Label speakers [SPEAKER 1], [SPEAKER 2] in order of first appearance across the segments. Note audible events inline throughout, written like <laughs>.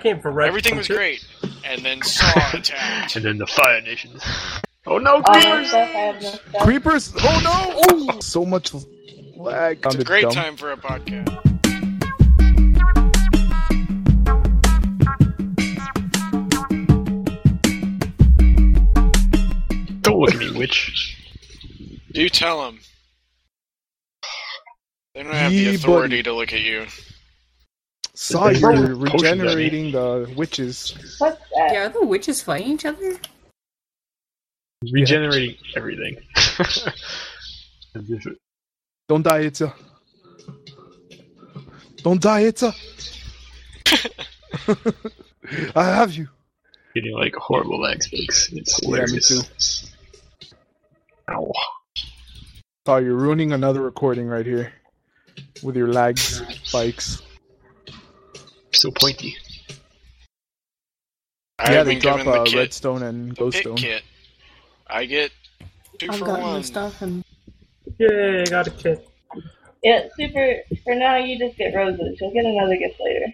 [SPEAKER 1] Came from Red
[SPEAKER 2] Everything was
[SPEAKER 1] Room, too.
[SPEAKER 2] great, and then Saw
[SPEAKER 3] <laughs>
[SPEAKER 2] attacked.
[SPEAKER 4] And then the Fire Nation. Oh no,
[SPEAKER 5] Oh,
[SPEAKER 4] Creeper!
[SPEAKER 5] no stuff, I have no stuff.
[SPEAKER 3] Creepers! Oh no! So much lag.
[SPEAKER 2] It's a
[SPEAKER 3] Sounded
[SPEAKER 2] great
[SPEAKER 3] dumb.
[SPEAKER 2] time for a podcast.
[SPEAKER 4] Don't look at me,
[SPEAKER 3] <laughs>
[SPEAKER 4] witch.
[SPEAKER 2] You tell them. They don't have the
[SPEAKER 3] Yee,
[SPEAKER 2] authority to look at you.
[SPEAKER 3] Saw
[SPEAKER 4] They
[SPEAKER 3] you
[SPEAKER 4] were potions,
[SPEAKER 3] regenerating the witches.
[SPEAKER 5] What's that?
[SPEAKER 6] Yeah, are the witches fighting each other?
[SPEAKER 4] Regenerating
[SPEAKER 3] <laughs>
[SPEAKER 4] everything. As if it-
[SPEAKER 3] Don't die, it's a. Don't die,
[SPEAKER 2] <laughs>
[SPEAKER 3] it's a. <laughs> I have you.
[SPEAKER 4] getting like horrible lag spikes. It's
[SPEAKER 3] Yeah, me
[SPEAKER 4] hilarious.
[SPEAKER 3] too.
[SPEAKER 4] Ow.
[SPEAKER 3] Saw you're ruining another recording right here with your lag spikes.
[SPEAKER 4] So pointy.
[SPEAKER 2] I
[SPEAKER 3] yeah,
[SPEAKER 2] have
[SPEAKER 3] they
[SPEAKER 2] been
[SPEAKER 3] drop
[SPEAKER 2] given the
[SPEAKER 3] uh,
[SPEAKER 2] kit,
[SPEAKER 3] redstone and
[SPEAKER 2] the pit
[SPEAKER 3] glowstone.
[SPEAKER 2] kit. I get 2
[SPEAKER 6] I've
[SPEAKER 2] for
[SPEAKER 6] got
[SPEAKER 2] one.
[SPEAKER 6] no stuff and
[SPEAKER 1] Yay, I got a kid.
[SPEAKER 5] Yeah, super. For now, you just get roses. You'll get another gift later.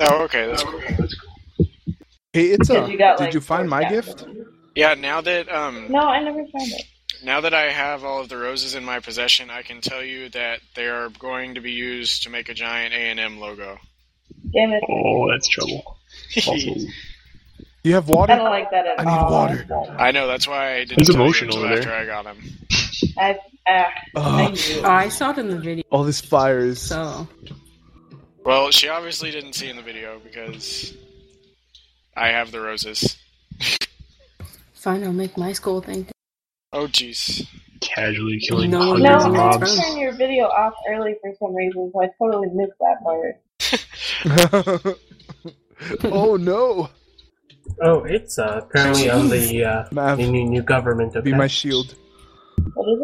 [SPEAKER 2] Oh, okay, that's cool.
[SPEAKER 3] Hey, it's a.
[SPEAKER 5] Because you got,
[SPEAKER 3] Did
[SPEAKER 5] like,
[SPEAKER 3] you find
[SPEAKER 5] four
[SPEAKER 3] my
[SPEAKER 5] stacks
[SPEAKER 3] gift?
[SPEAKER 5] of them.
[SPEAKER 2] Yeah, now that um,
[SPEAKER 5] No, I never found it.
[SPEAKER 2] now that I have all of the roses in my possession, I can tell you that they are going to be used to make a giant A and M logo.
[SPEAKER 5] Damn it.
[SPEAKER 4] Oh, that's
[SPEAKER 3] <laughs>
[SPEAKER 4] trouble. Also,
[SPEAKER 3] You have
[SPEAKER 5] I
[SPEAKER 3] water?
[SPEAKER 5] don't like that at
[SPEAKER 3] I need
[SPEAKER 5] all.
[SPEAKER 3] water.
[SPEAKER 5] But
[SPEAKER 2] I know that's why I didn't.
[SPEAKER 4] It's
[SPEAKER 2] tell you
[SPEAKER 4] emotional
[SPEAKER 2] until
[SPEAKER 4] over
[SPEAKER 2] after
[SPEAKER 4] there.
[SPEAKER 2] I got them.
[SPEAKER 5] I, ah, I
[SPEAKER 3] Ugh,
[SPEAKER 5] knew.
[SPEAKER 6] Oh, I saw it in the video,
[SPEAKER 3] all this fire is.
[SPEAKER 6] so
[SPEAKER 2] Well, she obviously didn't see in the video because I have the roses.
[SPEAKER 6] fine, I'll make my school thing.
[SPEAKER 2] Oh, jeez.
[SPEAKER 4] casually killing
[SPEAKER 6] No,
[SPEAKER 4] hundreds
[SPEAKER 5] No,
[SPEAKER 4] of
[SPEAKER 5] I
[SPEAKER 4] mobs.
[SPEAKER 5] turned your video off early for some reason, so I totally missed that part.
[SPEAKER 3] <laughs> oh no!
[SPEAKER 1] Oh, it's uh, apparently on the uh,
[SPEAKER 3] Mav,
[SPEAKER 1] the new, new government. Okay?
[SPEAKER 3] be my
[SPEAKER 1] <laughs>
[SPEAKER 3] shield.
[SPEAKER 5] What is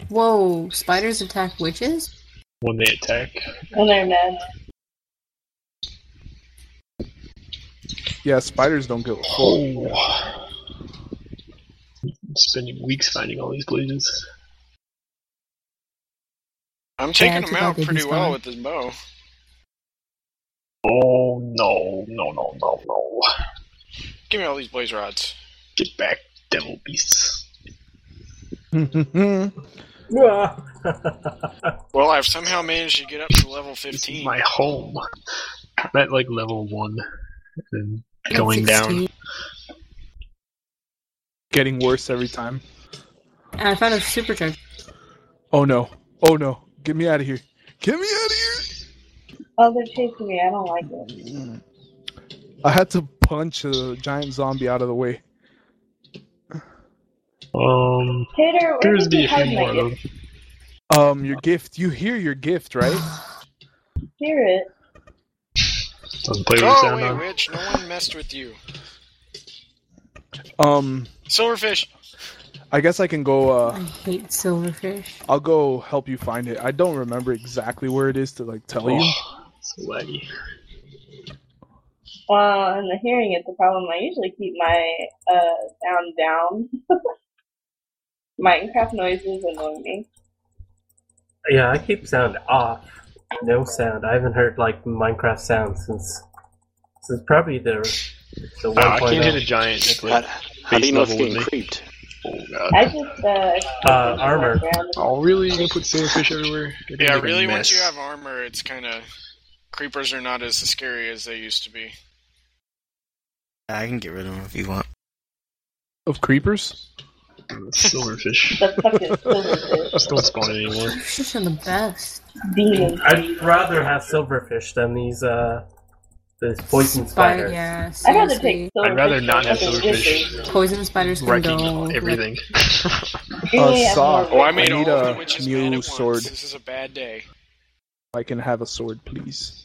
[SPEAKER 5] it?
[SPEAKER 6] Whoa, spiders attack witches?
[SPEAKER 4] When they attack,
[SPEAKER 5] Oh, never mind.
[SPEAKER 3] Yeah, spiders don't get full. <laughs>
[SPEAKER 4] oh, spending weeks finding all these blazes.
[SPEAKER 2] I'm taking
[SPEAKER 6] I
[SPEAKER 2] them out
[SPEAKER 6] forgot that
[SPEAKER 2] pretty
[SPEAKER 6] he's
[SPEAKER 2] well
[SPEAKER 6] gone.
[SPEAKER 2] with this bow.
[SPEAKER 4] Oh no, no, no, no, no!
[SPEAKER 2] Give me all these blaze rods.
[SPEAKER 4] Get back, devil beasts!
[SPEAKER 1] Ah.
[SPEAKER 2] Well, I've somehow managed to get up to level
[SPEAKER 4] This is
[SPEAKER 2] 15.
[SPEAKER 4] my home. I'm at like level one, and
[SPEAKER 6] That's
[SPEAKER 4] going down.
[SPEAKER 6] 16.
[SPEAKER 3] Getting worse every time.
[SPEAKER 6] And I found a supercharger.
[SPEAKER 3] Oh no! Oh no! Get me out of here! Get me out of
[SPEAKER 5] Oh, they're chasing me. I don't like it.
[SPEAKER 3] here! I had to punch a giant zombie out of the way.
[SPEAKER 4] Um,
[SPEAKER 5] Tater, where
[SPEAKER 4] there's
[SPEAKER 5] did
[SPEAKER 4] be
[SPEAKER 5] you
[SPEAKER 4] a
[SPEAKER 5] hide
[SPEAKER 4] few
[SPEAKER 5] my
[SPEAKER 4] more of
[SPEAKER 5] gift?
[SPEAKER 4] them.
[SPEAKER 3] Um, your gift. You hear your gift, <sighs> right?
[SPEAKER 5] Hear it.
[SPEAKER 4] Doesn't play with the
[SPEAKER 2] Go
[SPEAKER 4] sound
[SPEAKER 2] away,
[SPEAKER 4] on.
[SPEAKER 2] witch. Oh, No one messed with you.
[SPEAKER 3] Um,
[SPEAKER 2] Silverfish.
[SPEAKER 3] I guess I can go.
[SPEAKER 6] I
[SPEAKER 3] Uh,
[SPEAKER 6] hate silverfish.
[SPEAKER 3] I'll go help you find it. I don't remember exactly where it is to like tell you.
[SPEAKER 4] Oh, so laggy.
[SPEAKER 5] Well, and the hearing is the problem. I usually keep my uh sound down. <laughs> Minecraft noises annoy me.
[SPEAKER 1] yeah, I keep sound off. No sound. I haven't heard like Minecraft sound since since probably the the
[SPEAKER 2] Ah,
[SPEAKER 1] oh.
[SPEAKER 4] Wow, I can't
[SPEAKER 1] 1.0.
[SPEAKER 4] hit a giant. It's
[SPEAKER 7] How,
[SPEAKER 4] like
[SPEAKER 7] how do you know it's
[SPEAKER 4] base level
[SPEAKER 7] getting
[SPEAKER 4] with
[SPEAKER 7] creeped?
[SPEAKER 4] oh god.
[SPEAKER 5] I just uh,
[SPEAKER 1] Uh, armor.
[SPEAKER 5] Around.
[SPEAKER 4] Oh really? You gonna put silverfish everywhere? You're gonna
[SPEAKER 2] Yeah,
[SPEAKER 4] make a
[SPEAKER 2] really, once
[SPEAKER 4] mess.
[SPEAKER 2] you have armor, it's kind of. Creepers are not as scary as they used to be.
[SPEAKER 7] I can get rid of them if you want.
[SPEAKER 3] <sighs> Of creepers.
[SPEAKER 4] <laughs> silverfish.
[SPEAKER 5] The fucking silverfish
[SPEAKER 4] Just don't spawn
[SPEAKER 6] <laughs>
[SPEAKER 4] anymore.
[SPEAKER 6] Silverfish are the best.
[SPEAKER 5] demon.
[SPEAKER 1] I'd rather have silverfish than these uh these poison spiders. <laughs>
[SPEAKER 6] yeah,
[SPEAKER 5] I'd rather
[SPEAKER 6] seriously.
[SPEAKER 5] take silverfish.
[SPEAKER 4] I'd rather not have
[SPEAKER 5] than fucking
[SPEAKER 4] silverfish.
[SPEAKER 5] witches.
[SPEAKER 6] Poison spiders can go.
[SPEAKER 4] Wrecking
[SPEAKER 6] like-
[SPEAKER 4] everything. <laughs>
[SPEAKER 5] Give me
[SPEAKER 3] Uh,
[SPEAKER 5] a
[SPEAKER 3] saw.
[SPEAKER 5] sword.
[SPEAKER 2] Oh, I made
[SPEAKER 3] need
[SPEAKER 2] all of
[SPEAKER 3] a
[SPEAKER 2] the witches
[SPEAKER 3] new
[SPEAKER 2] mad at
[SPEAKER 3] sword.
[SPEAKER 2] once. This is a bad day.
[SPEAKER 3] I can have a sword, please.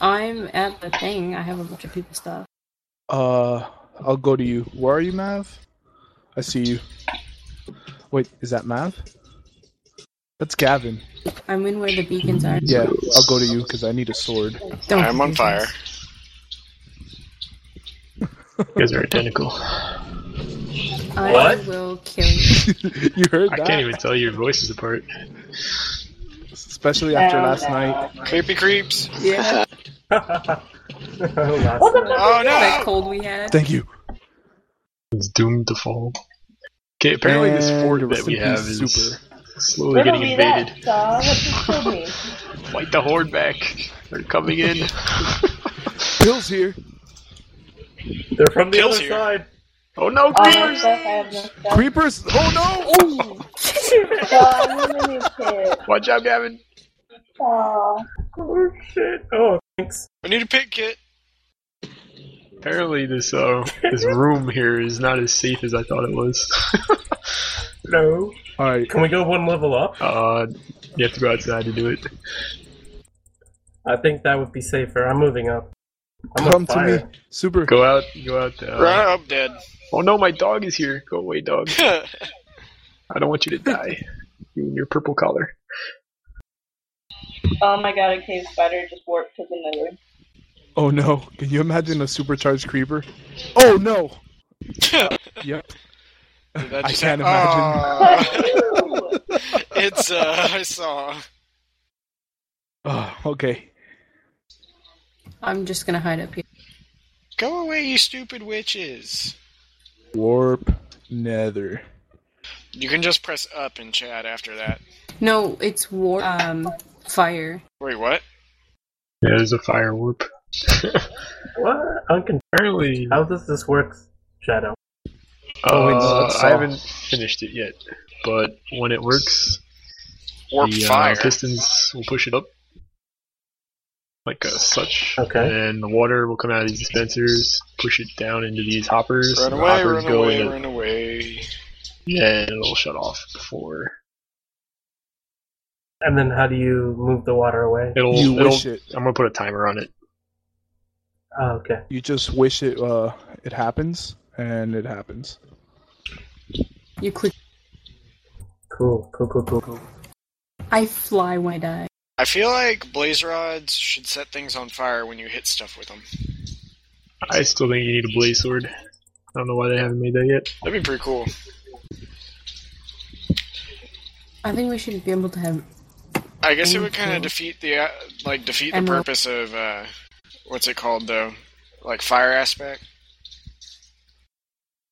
[SPEAKER 6] I'm at the thing. I have a bunch of people stuff.
[SPEAKER 3] Uh, I'll go to you. Where are you, Mav? I see you. Wait, is that Mav? That's Gavin.
[SPEAKER 6] I'm in where the beacons are.
[SPEAKER 3] Yeah, I'll go to you because I need a sword. <laughs>
[SPEAKER 6] Don't
[SPEAKER 2] <laughs> I'm on fire.
[SPEAKER 4] you guys are identical.
[SPEAKER 6] I
[SPEAKER 1] What?
[SPEAKER 6] will kill you.
[SPEAKER 3] you heard
[SPEAKER 4] I
[SPEAKER 3] that?
[SPEAKER 4] can't even tell your voices apart.
[SPEAKER 3] Especially after
[SPEAKER 5] Down,
[SPEAKER 3] last
[SPEAKER 5] down.
[SPEAKER 3] night.
[SPEAKER 2] Creepy creeps.
[SPEAKER 6] Yeah.
[SPEAKER 1] Oh, Last
[SPEAKER 5] What the
[SPEAKER 1] night.
[SPEAKER 5] fuck?
[SPEAKER 2] Oh
[SPEAKER 6] That
[SPEAKER 2] no!
[SPEAKER 6] <laughs> cold we had.
[SPEAKER 3] Thank you.
[SPEAKER 4] It's doomed to fall. Okay, apparently this
[SPEAKER 3] And
[SPEAKER 4] fort
[SPEAKER 3] rest
[SPEAKER 4] that we
[SPEAKER 3] in
[SPEAKER 4] have
[SPEAKER 3] peace,
[SPEAKER 4] is
[SPEAKER 3] Super.
[SPEAKER 4] slowly getting
[SPEAKER 5] Riddle me
[SPEAKER 4] invaded.
[SPEAKER 5] That, dog. What just killed me?
[SPEAKER 4] Fight the horde back. They're coming in.
[SPEAKER 3] Bill's here.
[SPEAKER 1] They're from the
[SPEAKER 2] Kills
[SPEAKER 1] other
[SPEAKER 2] you.
[SPEAKER 1] side.
[SPEAKER 4] oh no,
[SPEAKER 5] All my
[SPEAKER 4] creepers!
[SPEAKER 5] stuff. I have no <laughs> stuff.
[SPEAKER 3] Creepers. Oh no!
[SPEAKER 6] Oh,
[SPEAKER 5] Dog, I'm a new kid.
[SPEAKER 4] Watch out, Gavin.
[SPEAKER 5] Aw.
[SPEAKER 1] Oh shit! Oh, thanks.
[SPEAKER 2] We need a pit kit.
[SPEAKER 4] Apparently this uh this room here is not as safe as I thought it was.
[SPEAKER 1] No.
[SPEAKER 3] All right.
[SPEAKER 1] Can we go one level up?
[SPEAKER 4] uh, you have to go outside to do it.
[SPEAKER 1] I think that would be safer. I'm moving up. I'm
[SPEAKER 3] Come
[SPEAKER 1] on
[SPEAKER 3] to
[SPEAKER 1] fire.
[SPEAKER 3] me, Super.
[SPEAKER 4] Go out, go out. Uh,
[SPEAKER 2] Run up dead. <laughs>
[SPEAKER 4] oh no, my dog is here. Go away, dog.
[SPEAKER 2] That's
[SPEAKER 4] I don't want you to die. You and your purple collar.
[SPEAKER 5] Oh my god, a cave spider just warped to the moon.
[SPEAKER 3] Oh no! Can you imagine a supercharged creeper? Oh no!
[SPEAKER 4] <laughs>
[SPEAKER 3] Yep. I
[SPEAKER 2] just
[SPEAKER 3] can't
[SPEAKER 2] hap-
[SPEAKER 3] imagine.
[SPEAKER 2] Aw.
[SPEAKER 5] Ew.
[SPEAKER 2] <laughs> it's uh, I saw.
[SPEAKER 3] Oh, okay.
[SPEAKER 6] I'm just gonna hide up here.
[SPEAKER 2] Go away, you stupid witches.
[SPEAKER 3] Warp Nether.
[SPEAKER 2] You can just press up in chat after that.
[SPEAKER 6] No, it's war. Um, fire.
[SPEAKER 2] Wait, what?
[SPEAKER 4] Yeah, there's a fire warp.
[SPEAKER 1] What? Uncon-
[SPEAKER 4] Apparently,
[SPEAKER 1] How does this work, Shadow?
[SPEAKER 3] Oh, wait, no,
[SPEAKER 4] uh,
[SPEAKER 3] that's
[SPEAKER 4] I
[SPEAKER 3] all.
[SPEAKER 4] haven't finished it yet, but when it works,
[SPEAKER 2] Warp
[SPEAKER 4] the
[SPEAKER 2] fire.
[SPEAKER 4] Uh, pistons will push it up like a such.
[SPEAKER 1] Okay.
[SPEAKER 4] And the water will come out of these dispensers, push it down into these hoppers.
[SPEAKER 2] Run
[SPEAKER 4] and
[SPEAKER 2] away,
[SPEAKER 4] the hoppers
[SPEAKER 2] run
[SPEAKER 4] go
[SPEAKER 2] away,
[SPEAKER 4] in,
[SPEAKER 2] run away.
[SPEAKER 4] and it'll shut off before
[SPEAKER 1] And then how do you move the water away?
[SPEAKER 4] it'll.
[SPEAKER 3] you
[SPEAKER 4] it'll
[SPEAKER 3] wish it.
[SPEAKER 4] I'm gonna put a timer on it.
[SPEAKER 1] Oh, okay.
[SPEAKER 3] You just wish it. Uh, it happens, and it happens.
[SPEAKER 6] You click.
[SPEAKER 1] Cool. Cool. Cool. Cool. Cool.
[SPEAKER 6] I fly when I die.
[SPEAKER 2] I feel like blaze rods should set things on fire when you hit stuff with them.
[SPEAKER 4] I still think you need a blaze sword. I don't know why they haven't made that yet.
[SPEAKER 2] That'd be pretty cool.
[SPEAKER 6] I think we should be able to have.
[SPEAKER 2] I guess it would kind
[SPEAKER 3] Mm-hmm.
[SPEAKER 6] Thank you.
[SPEAKER 2] of defeat the uh, like defeat the
[SPEAKER 6] And we'll-
[SPEAKER 2] purpose of uh, what's it called though, like fire aspect.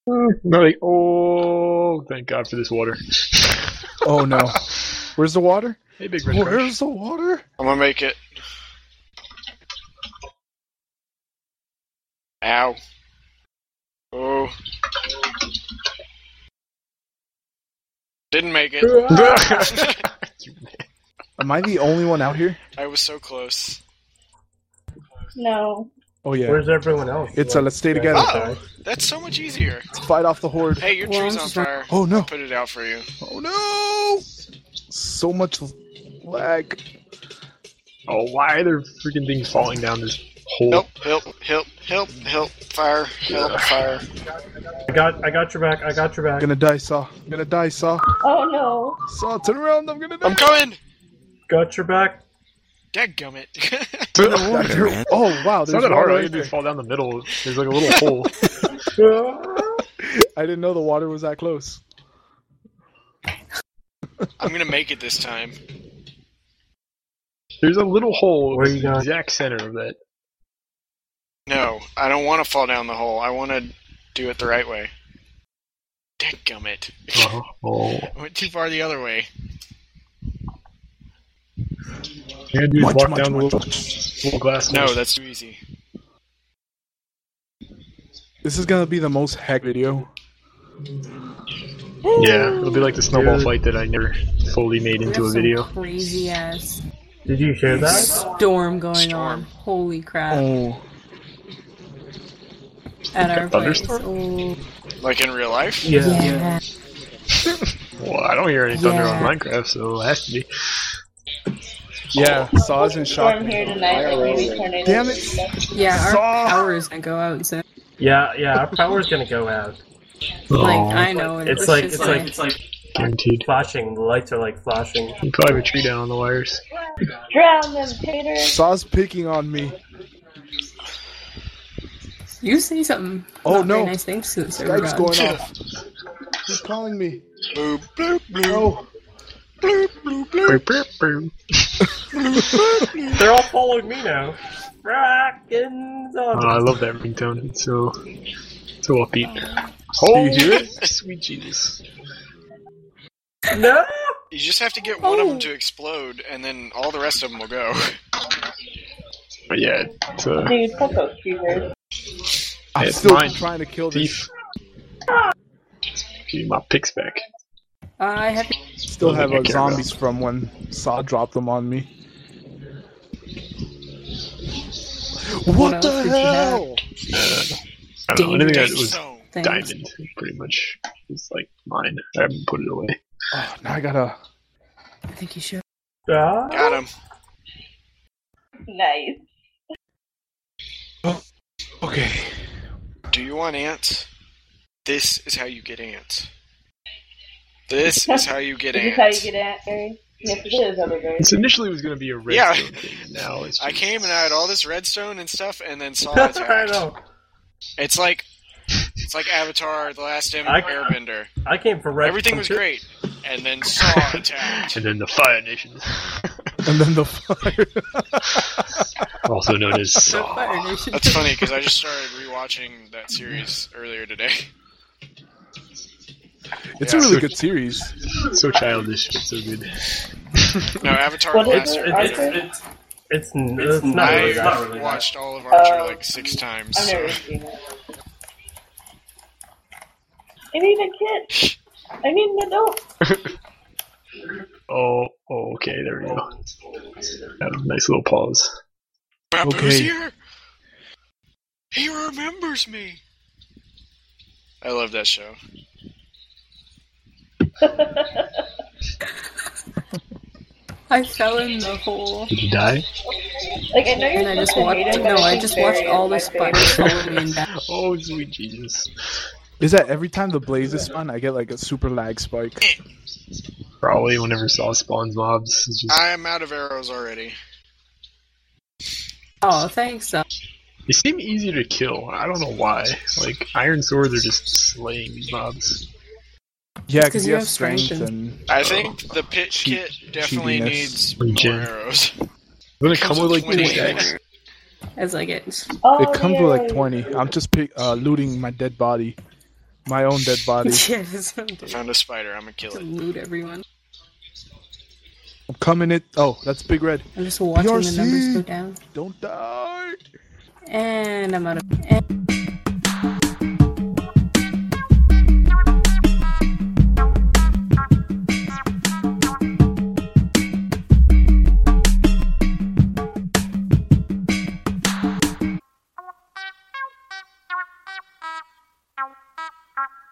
[SPEAKER 4] Mm, no, they- oh, thank God for this water.
[SPEAKER 3] Oh no! Where's the water?
[SPEAKER 4] Hey, big red.
[SPEAKER 3] Where's the water?
[SPEAKER 2] I'm gonna make it. Ow. Oh. Didn't make it.
[SPEAKER 4] crush. You
[SPEAKER 3] Am I the only one out here?
[SPEAKER 2] <laughs> I was so close.
[SPEAKER 5] No.
[SPEAKER 3] Oh yeah.
[SPEAKER 1] Where's Ah! everyone else?
[SPEAKER 3] It's a let's stay together.
[SPEAKER 2] Oh, that's so much easier.
[SPEAKER 3] Let's fight off the horde.
[SPEAKER 2] Hey, your
[SPEAKER 6] Well,
[SPEAKER 2] tree's
[SPEAKER 6] I'm
[SPEAKER 2] on
[SPEAKER 6] just not-
[SPEAKER 2] fire.
[SPEAKER 3] Oh no!
[SPEAKER 2] Put it out for you.
[SPEAKER 3] Oh no! So much lag.
[SPEAKER 4] <laughs> Oh, why are there freaking things falling down this hole? <laughs>
[SPEAKER 2] Help! Help! Help! Help! Help! Fire! Help! Fire!
[SPEAKER 1] I got. I got your back. I got your back.
[SPEAKER 3] I'm gonna die, Saw. I'm gonna die, Saw.
[SPEAKER 5] Oh no.
[SPEAKER 3] Saw, turn around. I'm gonna die.
[SPEAKER 2] I'm coming.
[SPEAKER 1] Got your back.
[SPEAKER 2] Dadgummit. <laughs>
[SPEAKER 3] Oh,
[SPEAKER 7] Better, man.
[SPEAKER 3] oh wow!
[SPEAKER 4] It's
[SPEAKER 3] There's
[SPEAKER 4] not that hard.
[SPEAKER 3] water
[SPEAKER 4] All you
[SPEAKER 3] right
[SPEAKER 4] do
[SPEAKER 3] there.
[SPEAKER 4] is fall down the middle. There's like a little hole.
[SPEAKER 3] I didn't know the water was that close.
[SPEAKER 2] I'm gonna make it this time.
[SPEAKER 4] There's a little hole
[SPEAKER 1] Where
[SPEAKER 4] in
[SPEAKER 1] you
[SPEAKER 4] the
[SPEAKER 1] going?
[SPEAKER 4] exact center of that.
[SPEAKER 2] No, I don't want to fall down the hole. I want to do it the right way. Dadgummit.
[SPEAKER 4] Oh, oh.
[SPEAKER 2] I <laughs> went too far the other way.
[SPEAKER 4] you gotta do is
[SPEAKER 3] Munch,
[SPEAKER 4] walk
[SPEAKER 3] munch,
[SPEAKER 4] down
[SPEAKER 3] munch,
[SPEAKER 4] the little, little glass.
[SPEAKER 2] No,
[SPEAKER 4] hole.
[SPEAKER 2] that's too easy.
[SPEAKER 3] This is gonna be the most heck video.
[SPEAKER 4] yeah, it'll be like the snowball
[SPEAKER 1] Dude.
[SPEAKER 4] fight that I never fully made
[SPEAKER 6] We
[SPEAKER 4] into
[SPEAKER 6] have
[SPEAKER 4] a
[SPEAKER 6] some
[SPEAKER 4] video.
[SPEAKER 6] Crazy ass
[SPEAKER 1] Did you hear that?
[SPEAKER 6] storm going
[SPEAKER 2] Storm.
[SPEAKER 6] on. Holy crap!
[SPEAKER 3] Oh,
[SPEAKER 6] At our place.
[SPEAKER 4] thunderstorm?
[SPEAKER 6] Oh,
[SPEAKER 2] Like in real life?
[SPEAKER 1] Yeah.
[SPEAKER 6] yeah.
[SPEAKER 4] Well, I don't hear any thunder
[SPEAKER 6] Yeah.
[SPEAKER 4] on Minecraft, so it has to be.
[SPEAKER 3] yeah. Saw's in shock.
[SPEAKER 5] Storm here tonight. There may be tornadoes.
[SPEAKER 3] Damn it!
[SPEAKER 6] Yeah, our
[SPEAKER 3] Saw.
[SPEAKER 6] power is gonna go out soon.
[SPEAKER 1] Yeah. Yeah. Our power's gonna go out.
[SPEAKER 6] Like
[SPEAKER 4] Oh,
[SPEAKER 6] I know, and
[SPEAKER 1] It's
[SPEAKER 6] it's
[SPEAKER 1] like.
[SPEAKER 6] just
[SPEAKER 1] It's like. It's like
[SPEAKER 4] guaranteed.
[SPEAKER 1] flashing. The lights are like flashing.
[SPEAKER 4] You probably have a tree down on the wires.
[SPEAKER 5] Drown them, taters.
[SPEAKER 3] Saw's picking on me.
[SPEAKER 6] you say something.
[SPEAKER 3] Oh,
[SPEAKER 6] not very
[SPEAKER 3] no.
[SPEAKER 6] Nice things to the server
[SPEAKER 3] Skype's
[SPEAKER 6] god.
[SPEAKER 3] going off. He's calling me.
[SPEAKER 2] Bloop, bloop, bloop,
[SPEAKER 3] Oh,
[SPEAKER 2] bloop, bloop, bloop,
[SPEAKER 4] Brr, brr, brr.
[SPEAKER 1] They're all following me now.
[SPEAKER 2] Uh,
[SPEAKER 1] Rockin'
[SPEAKER 4] Oh,
[SPEAKER 1] zombies.
[SPEAKER 4] I love that ringtone. It's so so upbeat. Oh,
[SPEAKER 3] you
[SPEAKER 4] <laughs>
[SPEAKER 3] hear
[SPEAKER 4] Sweet Jesus!
[SPEAKER 1] no!
[SPEAKER 2] You just have to get one of
[SPEAKER 6] Oh.
[SPEAKER 2] them to explode, and then all the rest of them will go. <laughs>
[SPEAKER 4] But yeah, it's a
[SPEAKER 5] Dude, Coco cheaters.
[SPEAKER 3] I'm
[SPEAKER 4] It's
[SPEAKER 3] still
[SPEAKER 4] mine.
[SPEAKER 3] trying to kill this.
[SPEAKER 4] thief. Give me my picks back.
[SPEAKER 6] I have.
[SPEAKER 3] Still have
[SPEAKER 4] Don't
[SPEAKER 3] like,
[SPEAKER 4] think I care
[SPEAKER 3] zombies from when Saw dropped them on me. What,
[SPEAKER 6] What else
[SPEAKER 3] the
[SPEAKER 6] did you have?
[SPEAKER 3] hell?
[SPEAKER 4] I don't know. Anything that was
[SPEAKER 2] Stone.
[SPEAKER 6] Things.
[SPEAKER 4] diamond, pretty much, is like mine. I haven't put it away.
[SPEAKER 3] Oh, now I gotta. <laughs>
[SPEAKER 6] I think you should.
[SPEAKER 1] Ah, <laughs>
[SPEAKER 2] Got him.
[SPEAKER 5] Nice.
[SPEAKER 3] Okay.
[SPEAKER 2] Do you want ants? This is how you get ants. This is how you get
[SPEAKER 5] Is this how
[SPEAKER 2] ants.
[SPEAKER 5] you get at Barry? Yes, it is, other Barry.
[SPEAKER 4] It's initially it was going to be a red
[SPEAKER 2] Yeah.
[SPEAKER 4] thing, and now it's. Just,
[SPEAKER 2] I came and I had all this redstone and stuff, and then saw
[SPEAKER 5] <laughs>
[SPEAKER 1] I
[SPEAKER 2] attacked.
[SPEAKER 1] know.
[SPEAKER 2] It's like it's like Avatar: The Last Air-
[SPEAKER 1] I-
[SPEAKER 2] Airbender.
[SPEAKER 1] I came for red.
[SPEAKER 2] Everything was great, and then
[SPEAKER 4] <laughs>
[SPEAKER 2] saw attacked.
[SPEAKER 4] And then the Fire
[SPEAKER 2] <laughs>
[SPEAKER 4] Nation,
[SPEAKER 3] And then the fire. <laughs>
[SPEAKER 4] also known as
[SPEAKER 6] Fire
[SPEAKER 4] Saw.
[SPEAKER 6] Nation.
[SPEAKER 2] That's funny because I just started rewatching that series earlier today. <laughs>
[SPEAKER 3] It's a
[SPEAKER 2] Yeah.
[SPEAKER 3] really good series.
[SPEAKER 4] So childish, but so good.
[SPEAKER 2] No, Avatar:
[SPEAKER 5] What
[SPEAKER 2] The
[SPEAKER 5] is
[SPEAKER 2] Last
[SPEAKER 1] It's,
[SPEAKER 5] it?
[SPEAKER 2] Airbender.
[SPEAKER 1] it's,
[SPEAKER 5] Arthur?
[SPEAKER 1] it's, it's, n- it's not
[SPEAKER 2] I
[SPEAKER 1] really that. Uh, really that.
[SPEAKER 2] watched all of Archer
[SPEAKER 5] Oh.
[SPEAKER 2] like six times.
[SPEAKER 5] I've
[SPEAKER 2] So.
[SPEAKER 5] never seen it. And even kids. I mean, adults.
[SPEAKER 4] Oh, oh, okay, there we go. Had a nice little pause.
[SPEAKER 2] Babu's
[SPEAKER 3] Okay.
[SPEAKER 2] here. He remembers me. I love that show.
[SPEAKER 6] I fell in the hole.
[SPEAKER 4] Did you die?
[SPEAKER 5] Like, I know you're
[SPEAKER 6] And
[SPEAKER 5] supposed
[SPEAKER 6] I just
[SPEAKER 5] to
[SPEAKER 6] watched.
[SPEAKER 5] hate him,
[SPEAKER 6] No,
[SPEAKER 5] but
[SPEAKER 6] I
[SPEAKER 5] think
[SPEAKER 6] just
[SPEAKER 5] Barry
[SPEAKER 6] watched
[SPEAKER 5] is
[SPEAKER 6] all
[SPEAKER 5] my
[SPEAKER 6] the
[SPEAKER 5] favorite.
[SPEAKER 6] spiders follow me and back.
[SPEAKER 4] Oh, sweet Jesus.
[SPEAKER 3] Is that every time the blaze is spun, I get like a super lag spike?
[SPEAKER 4] Probably whenever Saw spawns mobs, it's just,
[SPEAKER 2] I am out of arrows already.
[SPEAKER 6] Oh, thanks. Doc.
[SPEAKER 4] they seem easy to kill. I don't know why. Like iron swords are just slaying these mobs.
[SPEAKER 3] Yeah,
[SPEAKER 6] 'cause
[SPEAKER 3] because
[SPEAKER 6] you
[SPEAKER 3] you have
[SPEAKER 6] have strength
[SPEAKER 3] strength
[SPEAKER 6] and-
[SPEAKER 3] and.
[SPEAKER 2] I think the pit kit definitely
[SPEAKER 3] cheatiness.
[SPEAKER 2] needs
[SPEAKER 4] From
[SPEAKER 2] more
[SPEAKER 4] Jim.
[SPEAKER 2] arrows.
[SPEAKER 4] Doesn't it come with
[SPEAKER 2] <laughs>
[SPEAKER 4] like
[SPEAKER 2] 20.
[SPEAKER 4] two stacks?
[SPEAKER 6] As I get.
[SPEAKER 5] Oh,
[SPEAKER 3] It comes with like
[SPEAKER 5] yeah.
[SPEAKER 3] 20. I'm just pick, uh, looting my dead body. My own dead body.
[SPEAKER 6] <laughs> Yeah, just
[SPEAKER 2] I found a spider. I'm gonna kill it.
[SPEAKER 6] loot everyone.
[SPEAKER 3] I'm coming it. Oh, that's Big Red.
[SPEAKER 6] I'm just watching
[SPEAKER 3] PRC.
[SPEAKER 6] the numbers go down.
[SPEAKER 3] Don't die.
[SPEAKER 6] And I'm out of.
[SPEAKER 8] Thank you.